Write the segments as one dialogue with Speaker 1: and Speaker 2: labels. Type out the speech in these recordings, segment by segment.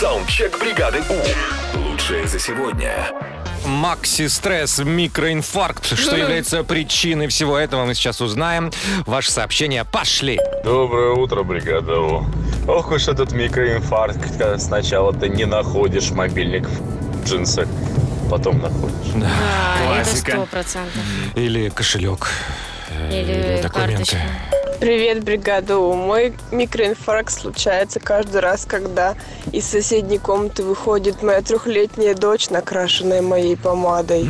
Speaker 1: Саундчек бригады У. Лучшее за сегодня.
Speaker 2: Макси стресс, микроинфаркт. Что является причиной всего этого, мы сейчас узнаем. Ваши сообщения пошли.
Speaker 3: Доброе утро, бригада У. Ох уж этот микроинфаркт, когда сначала ты не находишь мобильник в джинсах, потом находишь.
Speaker 4: А, это
Speaker 5: Классика.
Speaker 4: сто процентов.
Speaker 2: Или кошелек. э,
Speaker 4: Или
Speaker 2: документы.
Speaker 4: карточка.
Speaker 6: Привет, бригада У. Мой микроинфаркт случается каждый раз, когда из соседней комнаты выходит моя трехлетняя дочь, накрашенная моей помадой.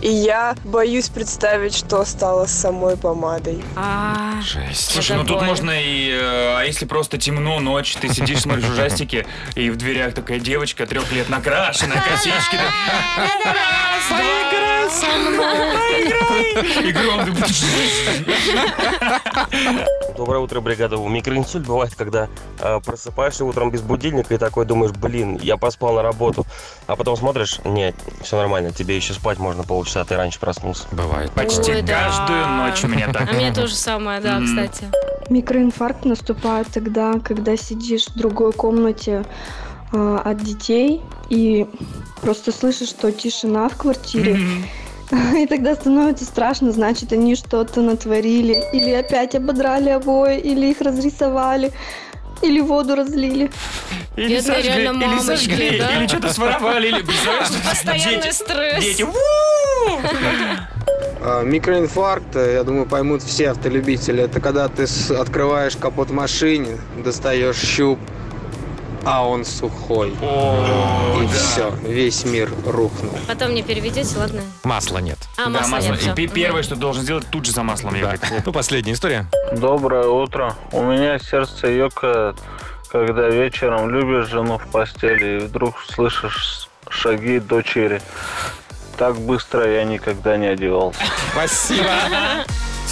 Speaker 6: И я боюсь представить, что стало с самой помадой.
Speaker 4: А,
Speaker 2: Жесть.
Speaker 5: Слушай, ну тут
Speaker 4: Такое.
Speaker 5: можно и... э, А если просто темно, ночь, ты сидишь, смотришь ужастики, и в дверях такая девочка трех лет накрашенная, косички. там. Поиграй! И гром.
Speaker 7: Доброе утро, бригада. У микроинсульт бывает, когда э, просыпаешься утром без будильника и такой думаешь, блин, я поспал на работу. А потом смотришь, нет, все нормально, тебе еще спать можно полчаса, ты раньше проснулся.
Speaker 2: Бывает.
Speaker 5: Почти
Speaker 4: Ой, да.
Speaker 5: каждую ночь у меня
Speaker 4: а
Speaker 5: так.
Speaker 4: мне тоже самое, да,
Speaker 5: М.
Speaker 4: кстати.
Speaker 8: Микроинфаркт наступает тогда, когда сидишь в другой комнате э, от детей и просто слышишь, что тишина в квартире. И тогда становится страшно, значит, они что-то натворили. Или опять ободрали обои, или их разрисовали, или воду разлили.
Speaker 5: Или
Speaker 4: Бедные
Speaker 5: сожгли,
Speaker 4: реально
Speaker 5: или
Speaker 4: мамочки,
Speaker 5: сожгли,
Speaker 4: да?
Speaker 5: или что-то своровали, или... Знаешь,
Speaker 4: Постоянный
Speaker 5: дети-
Speaker 4: стресс.
Speaker 5: Дети, «Ву!»
Speaker 9: А, Микроинфаркт, э, я думаю, поймут все автолюбители. Это когда ты с- открываешь капот машине, достаешь щуп, а он сухой. и все, весь мир рухнул.
Speaker 4: Потом мне переведете, ладно?
Speaker 2: Масла нет.
Speaker 4: А,
Speaker 5: Да,
Speaker 4: масло
Speaker 5: масло.
Speaker 4: нет, всё.
Speaker 5: И пе- первое, что должен сделать, тут же за маслом
Speaker 2: Да.
Speaker 5: ехать.
Speaker 2: Ну, последняя история.
Speaker 10: Доброе утро. У меня сердце ёкает, когда вечером любишь жену в постели и вдруг слышишь шаги дочери. Так быстро я никогда не одевался.
Speaker 2: Спасибо.